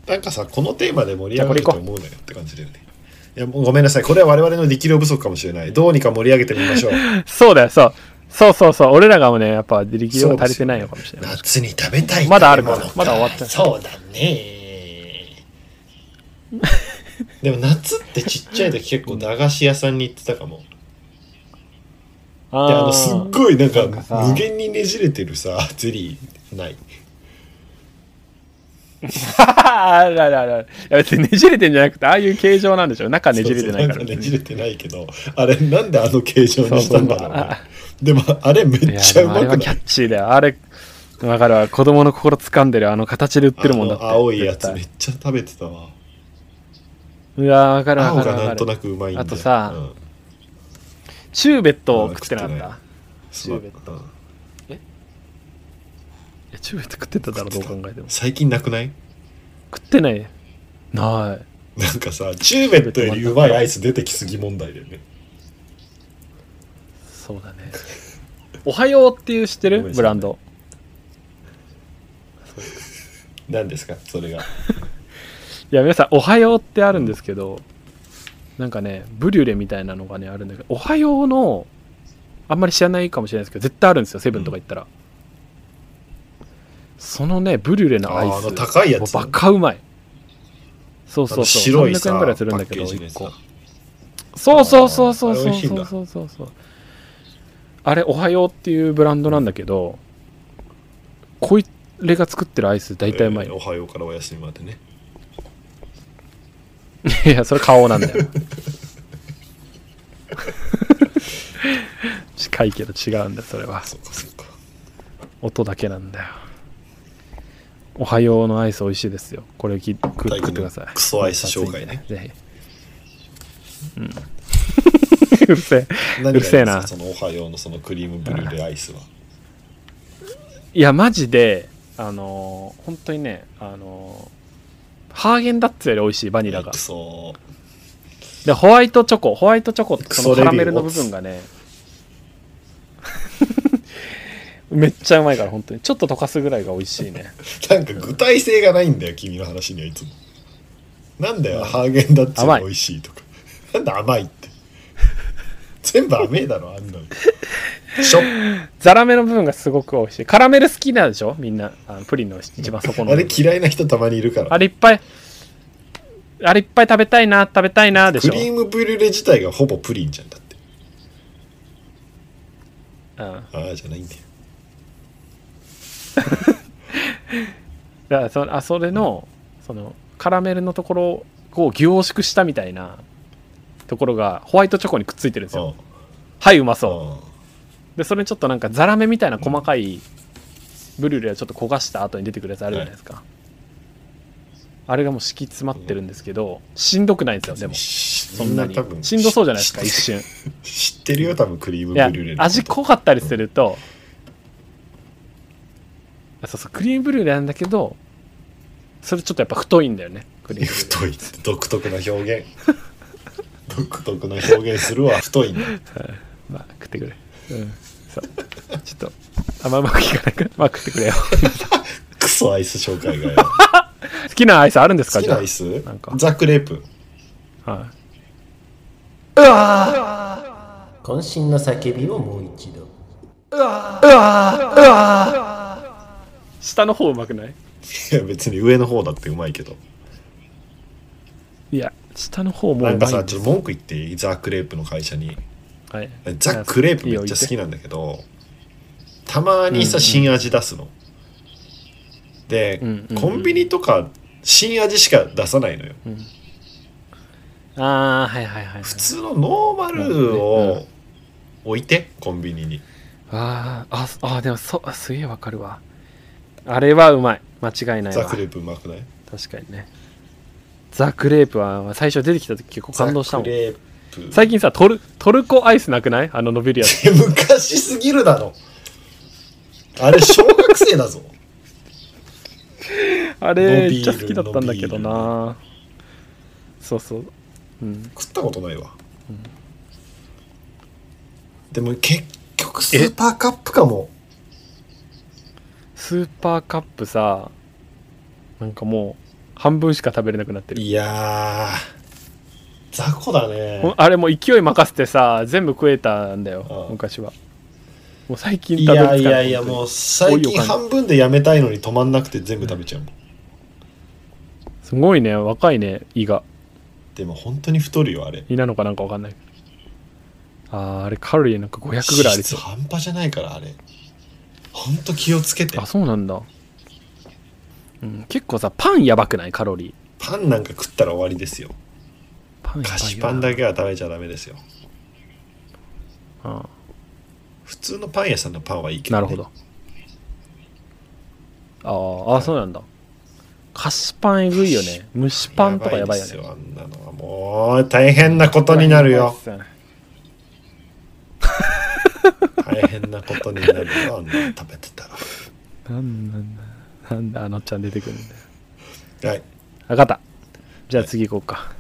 Speaker 1: たなんかさこのテーマで盛り上がると
Speaker 2: じゃあこれ
Speaker 1: 思うなよって感じだよねいやもうごめんなさいこれは我々の力量不足かもしれないどうにか盛り上げてみましょう
Speaker 2: そうだよそうそうそうそう俺らがもうねやっぱ力量が足りてないのかもしれない、
Speaker 1: 夏に食べたい
Speaker 2: まだあるから
Speaker 1: 食べ
Speaker 2: ま
Speaker 1: 物
Speaker 2: だ終わっちゃう
Speaker 1: そうだ ねでも夏ってちっちゃい時結構駄菓子屋さんに行ってたかも
Speaker 2: あ
Speaker 1: で
Speaker 2: ー
Speaker 1: あのすっごいなんか
Speaker 2: なんかさ
Speaker 1: 無限にねじれてるさゼリーない
Speaker 2: あらららいや別にねじれてんじゃなくてああいう形状なんでしょ中ねじれてないか
Speaker 1: そ
Speaker 2: ら
Speaker 1: うそうなんねじれてないけどあれなんであの形状にしたんだろうねでもあれめ
Speaker 2: い
Speaker 1: っ
Speaker 2: や
Speaker 1: ちゃう
Speaker 2: あれ
Speaker 1: ま
Speaker 2: は
Speaker 1: く
Speaker 2: キ
Speaker 1: な
Speaker 2: ャ
Speaker 1: い
Speaker 2: ッチーだよあれわかるわ子供の心掴んでるあの形で売ってるもんだって
Speaker 1: あの青いやつめ
Speaker 2: 絶
Speaker 1: っちゃ食べてたわ
Speaker 2: 対うわわかるわ
Speaker 1: 青
Speaker 2: かる
Speaker 1: が
Speaker 2: わ
Speaker 1: な
Speaker 2: か
Speaker 1: んと
Speaker 2: る
Speaker 1: なくうまいんだよ
Speaker 2: あとさ
Speaker 1: うん
Speaker 2: チューベットを食ってなかっ
Speaker 1: あー
Speaker 2: た
Speaker 1: 食ってすごい
Speaker 2: チューベッ
Speaker 1: うん
Speaker 2: いやチューベット食ってただろどう考えても
Speaker 1: 最近なくない
Speaker 2: 食ってないない
Speaker 1: なんかさチューベットよりうまいアイス出てきすぎ問題だよね
Speaker 2: そうだねおはようっていう知ってる
Speaker 1: ごめんなさい
Speaker 2: ブランド
Speaker 1: 何ですかそれが
Speaker 2: いや皆さん「おはよう」ってあるんですけどなんかねブリュレみたいなのがねあるんだけど「おはようの」あんまり知らないかもしれないですけど絶対あるんですよセブンとか行ったら、そのねブリュレのアイ
Speaker 1: あーあ
Speaker 2: ス
Speaker 1: の高いやつ
Speaker 2: もうバカうまいそう
Speaker 1: あ
Speaker 2: そ
Speaker 1: の
Speaker 2: うそう
Speaker 1: 白い
Speaker 2: 300
Speaker 1: さ
Speaker 2: 円
Speaker 1: パ
Speaker 2: ぐらいするんだ
Speaker 1: ッ
Speaker 2: け
Speaker 1: ケ
Speaker 2: ど
Speaker 1: ージのや
Speaker 2: 1
Speaker 1: つだ
Speaker 2: 個そうそうそうそう
Speaker 1: あーあれ美
Speaker 2: そう
Speaker 1: 味しいん
Speaker 2: そ
Speaker 1: だ
Speaker 2: うそうそうそうあれ「おはよう」っていうブランドなんだけどこいれが作ってるアイス大体うまい
Speaker 1: えー
Speaker 2: よ
Speaker 1: おはようからお休みまでね
Speaker 2: いや、それ顔なんだ よ。近いけど違うんだよ、それは。
Speaker 1: そうかそうか
Speaker 2: 音だけなんだよ。おはようのアイス美味しいですよ。これをき食食ってください。
Speaker 1: クソアイス紹介ね
Speaker 2: ぜ ひ。うん。うるせえ。
Speaker 1: 何が
Speaker 2: うるせえな
Speaker 1: ですかそのおはようのそのクリームブリュレアイス はい
Speaker 2: や、マジで、あのー本当にね、あのーハーゲンダッツより美味しいバニラが
Speaker 1: ク。ソ
Speaker 2: でホワイトチョコホワイトチョコってそ
Speaker 1: クソレ
Speaker 2: の
Speaker 1: ビュー
Speaker 2: カラメルの部分がね めっちゃうまいから本当にちょっと溶かすぐらいが美味しいね
Speaker 1: なんか具体性がないんだよ君の話にはいつもなんだよ、ハーゲンダッツが美味しいとか なんだ甘いって全部甘えだろあんなのしょ っ
Speaker 2: ザラメの部分がすごく美味しいカラメル好きなんでしょみんなあのプリンの一番底の
Speaker 1: あれ嫌いな人たまにいるから
Speaker 2: あれいっぱいあれいっぱい食べたいな食べたいなでし
Speaker 1: ク
Speaker 2: ょ
Speaker 1: リームブリュレ自体がほぼプリンじゃんだって
Speaker 2: うん、だか
Speaker 1: ああじゃないんだよ
Speaker 2: らそあそれのそのカラメルのところをこう凝縮したみたいなところがホワイトチョコにくっついてるんですよはいうまそうでそれにちょっとなんかザラメみたいな細かいブリュレをちょっと焦がした後に出てくるやつあるじゃないですか、あれがもう敷き詰まってるんですけど、しんどくないんですよでも
Speaker 1: そ
Speaker 2: そんなにしんどそうじゃないですか一瞬
Speaker 1: 知ってるよ多分クリーム
Speaker 2: いや
Speaker 1: ブリュレのこと
Speaker 2: 味濃かったりすると、あそうそうクリームブリュレなんだけどそれちょっとやっぱ太いんだよねクリームブリュレ
Speaker 1: 太いって独特な表現独特な表現するわ太いんだ
Speaker 2: まあ食ってくれうんそうちょっとあんまうまくいかないからまあ食ってくれよ
Speaker 1: クソアイス紹介がよ
Speaker 2: 好きなアイスあるんですか
Speaker 1: 好き
Speaker 2: じゃ
Speaker 1: な
Speaker 2: あ
Speaker 1: アイス
Speaker 2: なんか
Speaker 1: ザ・クレープ
Speaker 2: はい、うわ
Speaker 4: 渾身の叫びをもう一度
Speaker 2: 下の方うまくない
Speaker 1: いや別に上の方だってうまいけど
Speaker 2: いや、下の方も
Speaker 1: な
Speaker 2: うん
Speaker 1: か
Speaker 2: まい
Speaker 1: さ
Speaker 2: んで
Speaker 1: ちょっ
Speaker 2: す
Speaker 1: と文句言っていいザ・クレープの会社に
Speaker 2: はい、
Speaker 1: ザ・クレープめっちゃ好きなんだけどたまにさ新味出すの、で、
Speaker 2: うんうんうん
Speaker 1: コンビニとか新味しか出さないのよ
Speaker 2: ああ、はいはいはいはい。
Speaker 1: 普通のノーマルを置いてコンビニに
Speaker 2: あーあ、すあー、でもそう、あすげえわかるわ。あれはうまい。間違いない
Speaker 1: ザ・
Speaker 2: わ。
Speaker 1: クレープうまくない
Speaker 2: 確かにね。ザ・クレープは最初出てきた時結構感動したも
Speaker 1: ザ・ク
Speaker 2: ん。
Speaker 1: レープ
Speaker 2: 最近さトル、トルコアイスなくないあの伸びるやつ。
Speaker 1: 昔すぎるだろあれ小学生だぞ
Speaker 2: あ
Speaker 1: 伸
Speaker 2: れ、め
Speaker 1: びる
Speaker 2: っちゃ好きだったんだけどな。そうそう。うん、
Speaker 1: 食ったことないわ、でも結局スーパーカップかも
Speaker 2: スーパーカップさ、なんかもう、半分しか食べれなくなってる。
Speaker 1: いやー雑魚だね
Speaker 2: ほんあれもう勢い任せてさ、全部食えたんだよ
Speaker 1: あ、あ
Speaker 2: 昔は。もう最近
Speaker 1: い
Speaker 2: 食べ
Speaker 1: やいやいや
Speaker 2: 本当に
Speaker 1: もう最近半分でやめたいのに止まんなくて全部食べちゃうもん
Speaker 2: すごいね、若いね、胃が。
Speaker 1: でも本当に太るよあれ
Speaker 2: 胃なのかなんかわかんないけど。あーあれカロリーなんか500ぐらいあり
Speaker 1: 脂質
Speaker 2: そう。
Speaker 1: 半端じゃないからあれ本当気をつけて
Speaker 2: あ、そうなんだ。うん、結構さ、パンやばくないカロリー。
Speaker 1: パンなんか食ったら終わりですよ
Speaker 2: パンやば
Speaker 1: 菓
Speaker 2: いよな
Speaker 1: 子パンだけは食べちゃダメですよ
Speaker 2: うん
Speaker 1: 普通のパン屋さんのパンはいいけど、
Speaker 2: な
Speaker 1: ね、
Speaker 2: るほど。あーあー、そうなんだ。菓子パンえぐいよね。蒸しパンとかやばいよ
Speaker 1: です
Speaker 2: ね。
Speaker 1: よあんなのはもう大変なことになるよ大変なことになるよあんなの食べてたら
Speaker 2: なんなんだ。なんであのちゃん出てくるんだよ。
Speaker 1: はい
Speaker 2: わかった。じゃあ次行こうか。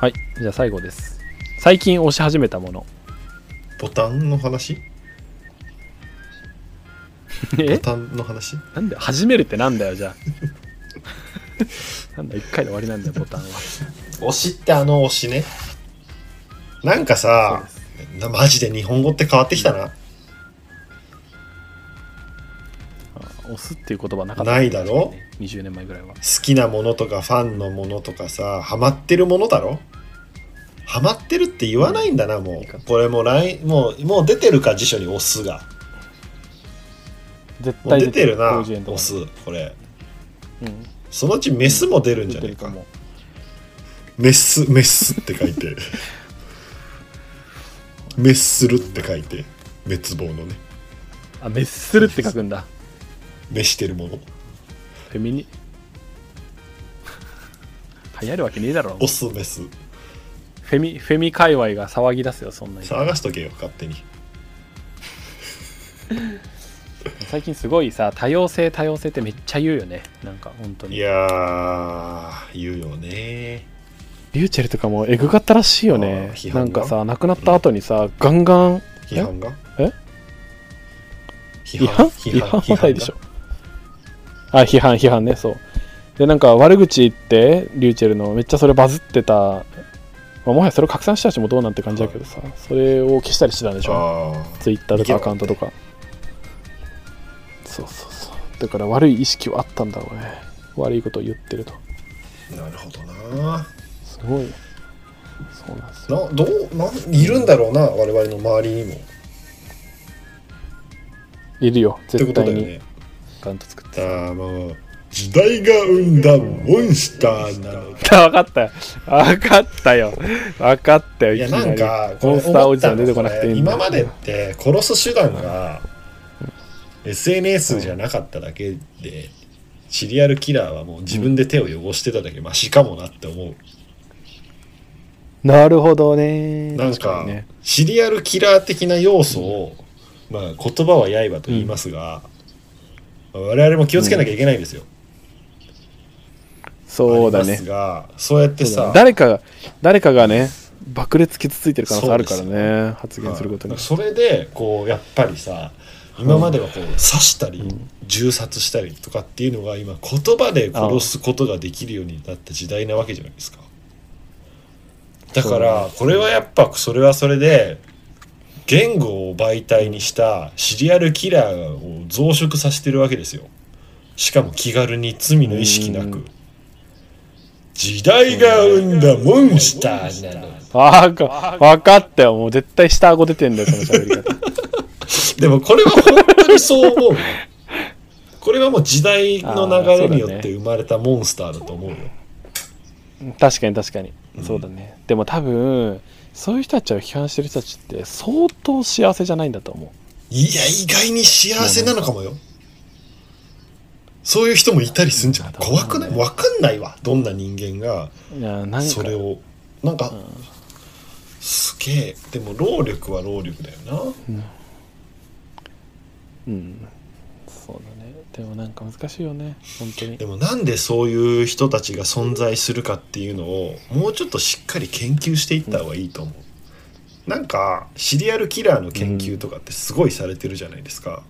Speaker 2: はい。じゃあ最後です。最近押し始めたもの。
Speaker 1: ボタンの話ボ
Speaker 2: え
Speaker 1: タンの話
Speaker 2: なんだよ始めるってなんだよじゃあなんだ1回で終わりなんだよボタンは
Speaker 1: 推しってあの推しねなんかさなマジで日本語って変わってきたな
Speaker 2: 押すっていう言葉なかった
Speaker 1: ないだろ
Speaker 2: 20年前ぐらい
Speaker 1: 好
Speaker 2: は
Speaker 1: きなものとかファンのものとかさハマってるものだろハマってるって言わないんだなもうこれもう来もうもう出てるか辞書に押すが
Speaker 2: 絶
Speaker 1: もう
Speaker 2: 対
Speaker 1: 出てるな
Speaker 2: 広辞苑とか
Speaker 1: 押
Speaker 2: に
Speaker 1: すこれ
Speaker 2: うん
Speaker 1: そのうちメスも出るんじゃないか
Speaker 2: 出てると思う
Speaker 1: メスメスって書いてメスするって書いて滅亡のね
Speaker 2: あメッスルって書くんだ
Speaker 1: メしてるもの
Speaker 2: フェミニ流行るわけねえだろ
Speaker 1: オスメス
Speaker 2: フェミフェミ界隈が騒ぎ出すよそんなに
Speaker 1: 騒がしとけよ勝手に
Speaker 2: 最近すごいさ多様性多様性ってめっちゃ言うよねなんか本当
Speaker 1: い
Speaker 2: に
Speaker 1: やー言うよね
Speaker 2: リューチェルとかもえぐかったらしいよ
Speaker 1: あー
Speaker 2: ね
Speaker 1: 批
Speaker 2: な
Speaker 1: 判
Speaker 2: ん
Speaker 1: が
Speaker 2: かさ亡くなった後にさガンガン
Speaker 1: 批判が
Speaker 2: え
Speaker 1: 批
Speaker 2: 違反
Speaker 1: 判
Speaker 2: 違
Speaker 1: 批
Speaker 2: 反
Speaker 1: 判
Speaker 2: はないでしょあ批判批判ねそうでなんか悪口言ってリューチェルのめっちゃそれバズってた、まあ、もはやそれを拡散した人もどうなんて感じだけどさそれを消したりしてたんでしょ
Speaker 1: あー
Speaker 2: ツイッターと
Speaker 1: 見て
Speaker 2: か
Speaker 1: な
Speaker 2: ア
Speaker 1: か
Speaker 2: カ
Speaker 1: った
Speaker 2: ウントとかそうそうそうだから悪い意識はあったんだろうね悪いことを言ってると
Speaker 1: なるほどな
Speaker 2: すごいよそうなんですよ
Speaker 1: などうなんいるんだろうな我々の周りにもっ
Speaker 2: いるよ
Speaker 1: てこ
Speaker 2: 絶
Speaker 1: と
Speaker 2: 対
Speaker 1: だよ
Speaker 2: に
Speaker 1: ね
Speaker 2: アカウント作って
Speaker 1: だからもう時代が生んだモンスターなのだ
Speaker 2: 分かったよ分かったよ分かったよ
Speaker 1: いやなんか
Speaker 2: モンスターおじさん出てこなくていいんだ
Speaker 1: 今までって殺す手段が SNS じゃなかっただけでシリアルキラーはもう自分で手を汚してただけマシかもなって思う
Speaker 2: なるほどね。
Speaker 1: なん
Speaker 2: 確
Speaker 1: か
Speaker 2: にね、
Speaker 1: シリアルキラー的な要素をまあ言葉は刃と言いますがまあ我々も気をつけなきゃいけないんですよ
Speaker 2: そうだ
Speaker 1: ありま
Speaker 2: ね
Speaker 1: すがそうやって
Speaker 2: そうだね
Speaker 1: さ
Speaker 2: 誰かが誰かがね爆裂傷ついてる可能性あるから
Speaker 1: そう
Speaker 2: ね発言することに、
Speaker 1: はいそれでこうやっぱりさ今まではこう刺したり銃殺したりとかっていうのが今言葉で殺すことができるようになった時代なわけじゃないですかだからこれはやっぱそれはそれで言語を媒体にしたシリアルキラーを増殖させてるわけですよしかも気軽に罪の意識な
Speaker 2: う
Speaker 1: く時代が生んだモンスターなの
Speaker 2: あか分かったよもう絶対下顎出てんだよその喋 り方
Speaker 1: でもこれは本当にそう思うよ これはもう時代の流れによって生まれたモンスターだと思うよ。
Speaker 2: 確かに確かに、そうだねでも多分そういう人たちを批判してる人たちって相当幸せじゃないんだと思う
Speaker 1: いや、意外に幸せなのかもよ。そういう人もいたりすんじゃん。
Speaker 2: なるほど
Speaker 1: 怖
Speaker 2: ね
Speaker 1: くないわかんないわ。どんな人間が
Speaker 2: いやなんか
Speaker 1: それを。なんか、すげえ。でも労力は労力だよな。
Speaker 2: うんそうだねでもなんか難しいよね本当に
Speaker 1: でもなんでそういう人たちが存在するかっていうのをもうちょっとしっかり研究していった方がいいと思う、なんかシリアルキラーの研究とかってすごいされてるじゃないですか、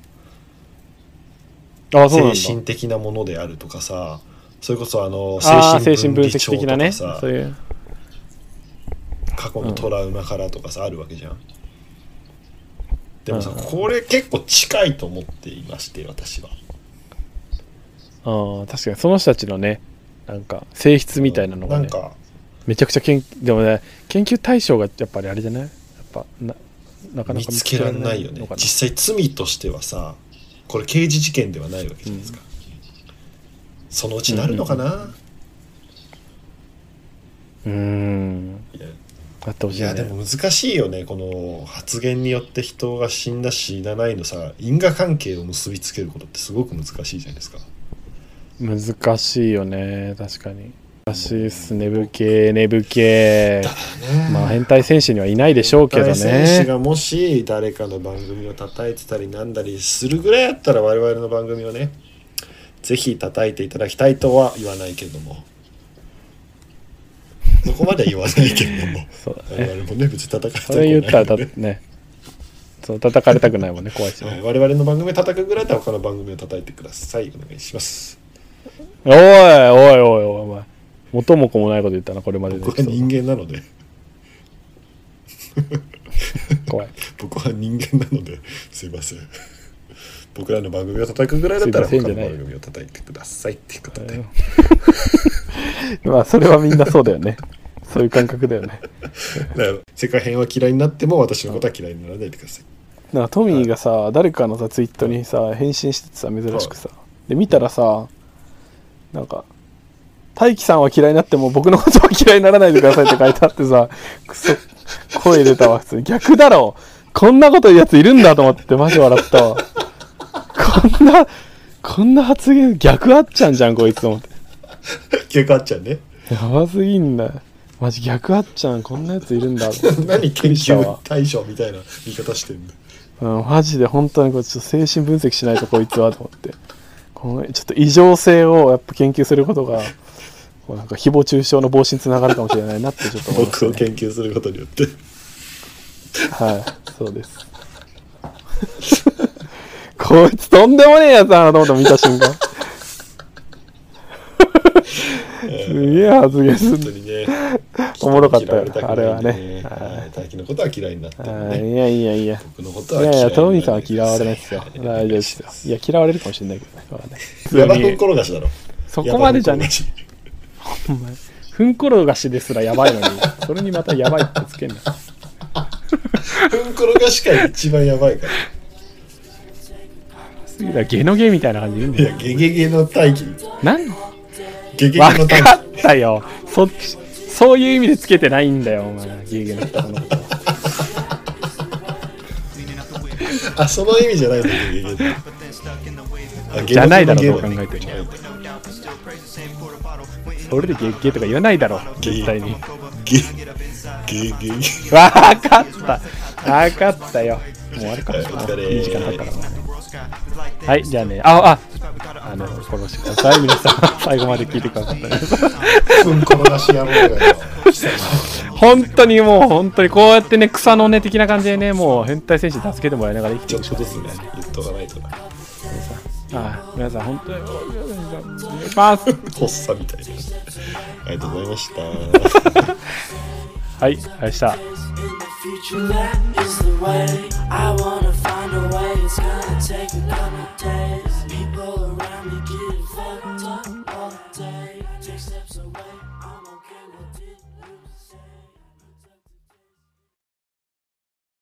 Speaker 2: あそうなんだ
Speaker 1: 精神的なものであるとかさそれこそあの
Speaker 2: あー
Speaker 1: 精
Speaker 2: 精
Speaker 1: 神分
Speaker 2: 神分
Speaker 1: 離
Speaker 2: 析
Speaker 1: 症と
Speaker 2: 的な
Speaker 1: か
Speaker 2: ね
Speaker 1: さ、
Speaker 2: そういう
Speaker 1: 過去のトラウマからとかさ、あるわけじゃんでもさ、これ結構近いと思っていまして私は
Speaker 2: あー確かにその人たちのねなんか性質みたいなのが
Speaker 1: な
Speaker 2: ね
Speaker 1: んか
Speaker 2: めちゃくちゃ研でもね研究対象がやっぱりあれじゃないやっぱななかな
Speaker 1: 見
Speaker 2: か
Speaker 1: つけられないよね
Speaker 2: のかな
Speaker 1: 実際罪としてはさこれ刑事事件ではないわけじゃないですか、そのうちなるのかな、
Speaker 2: うーん
Speaker 1: いや
Speaker 2: あってほし
Speaker 1: い
Speaker 2: いね
Speaker 1: やでも難しいよねこの発言によって人が死んだ死なないのさ因果関係を結びつけることってすごく難しいじゃないですか
Speaker 2: 難しいよね確かに難しいっすねぶけねぶけまあ変態戦士にはいないでしょうけど
Speaker 1: 大選手
Speaker 2: ね
Speaker 1: がもし誰かの番組を叩いてたりなんだりするぐらいだったら我々の番組をねぜひ叩いていただきたいとは言わないけどもそこまでは言わないけど も
Speaker 2: そうだ
Speaker 1: 我々もね別に叩かれたく
Speaker 2: そ
Speaker 1: な
Speaker 2: れ
Speaker 1: い
Speaker 2: 言ったら
Speaker 1: んで
Speaker 2: だ
Speaker 1: ね
Speaker 2: ねそう叩かれたくないもんね怖いし
Speaker 1: はい
Speaker 2: ね
Speaker 1: 我々の番組を叩くぐらいだったら他の番組を叩いてくださいお願いします
Speaker 2: おいおいおいおいお前元も子もないこと言ったなこれまでで
Speaker 1: 僕は人間なので
Speaker 2: 怖い
Speaker 1: 僕は人間なのですいません僕らの番組を叩くぐらいだったら
Speaker 2: す
Speaker 1: 他の
Speaker 2: いませ
Speaker 1: 番
Speaker 2: んじゃない
Speaker 1: 組を叩いてくださいっていうことで
Speaker 2: まあそれはみんなそうだよねそういう感覚だよね
Speaker 1: だから世界編は嫌いになっても私のことは嫌いにならないでくだ さい
Speaker 2: なんかトミーがさ、誰かのさツイートにさ返信しててさ珍しくさ、で見たらさなんか「大輝さんは嫌いになっても僕のことは嫌いにならないでください」って書いてあってさ くそ声出たわ普通に逆だろこんなこと言うやついるんだと思ってマジ笑ったわこんなこんな発言逆あっちゃんじゃんこいつと思って
Speaker 1: 逆あっちゃうね
Speaker 2: やばすぎんだよマジ逆あっちゃんこんなやついるん だと思っ て
Speaker 1: 何研
Speaker 2: びっくりした
Speaker 1: 究
Speaker 2: わ
Speaker 1: 対象みたいな言い方して んの
Speaker 2: うん、マジで本当にこれちょっと精神分析しないとこいつはと思ってこのちょっと異常性をやっぱ研究することがこうなんか誹謗中傷の防止につながるかもしれないなってちょっと思いま
Speaker 1: 僕を
Speaker 2: した、ね、
Speaker 1: 研究することによって
Speaker 2: はいそうです こいつとんでもねえやつだなと思って見た瞬間す げえ発言す
Speaker 1: 本当
Speaker 2: る
Speaker 1: に ね
Speaker 2: おもろかったよ
Speaker 1: 嫌われくないんで
Speaker 2: あれはね
Speaker 1: はい大輝のことは嫌いになって
Speaker 2: あ
Speaker 1: も
Speaker 2: ー
Speaker 1: ね
Speaker 2: いやいやいや
Speaker 1: 僕のこと
Speaker 2: い
Speaker 1: は
Speaker 2: やいや、トミー
Speaker 1: に
Speaker 2: さん
Speaker 1: なら
Speaker 2: は嫌われないですよ。大丈夫ですよ。いや、嫌われるかもしれないけどね。わかんない普 通に
Speaker 1: ヤバフン転がしだろ
Speaker 2: そこまでじゃねえ
Speaker 1: ヤバフン転がし
Speaker 2: お前ふんころがしですらやばいのに、それにまたやばいってつけんな。
Speaker 1: うんころがしが一番やばいから。
Speaker 2: 次だ、ゲノゲみたいな感じで言うんだ
Speaker 1: い
Speaker 2: よ。
Speaker 1: や、ゲゲゲの大気。
Speaker 2: なん
Speaker 1: ゲゲゲ
Speaker 2: わ
Speaker 1: の大
Speaker 2: か
Speaker 1: 気。
Speaker 2: ったよ。そっち、そういう意味でつけてないんだよ、お前。ゲゲの人のこと。
Speaker 1: あ、その意味じゃないの、ゲゲゲで。あ
Speaker 2: じゃないだろ、どう考
Speaker 1: ゲゲゲ
Speaker 2: えても。
Speaker 1: ね
Speaker 2: それでゲゲとか言わないだろ、絶対に。
Speaker 1: ゲゲゲ。
Speaker 2: わかった。わかったよ。もうあれか
Speaker 1: お疲れ
Speaker 2: いい時間だったから。はい、じゃあね、あ、あ、あの、フォローしてください。皆さん、最後まで聞いてくださったです。
Speaker 1: うんこの出し野郎がよ。
Speaker 2: 本当にもう、本当にこうやってね、草の根的な感じでね、もう変態選手に助けてもらいながら生きて
Speaker 1: ちょ
Speaker 2: る
Speaker 1: っとですね。言っとかないとな。
Speaker 2: あ皆さん、本当に、お願いします。
Speaker 1: 発作みたいな。ありがとうございました。
Speaker 2: はい、ありがとうございました。
Speaker 3: In the future, that is the way. I wanna find a way. It's gonna take a couple days. People around me get fucked up all day. Take steps away. I'm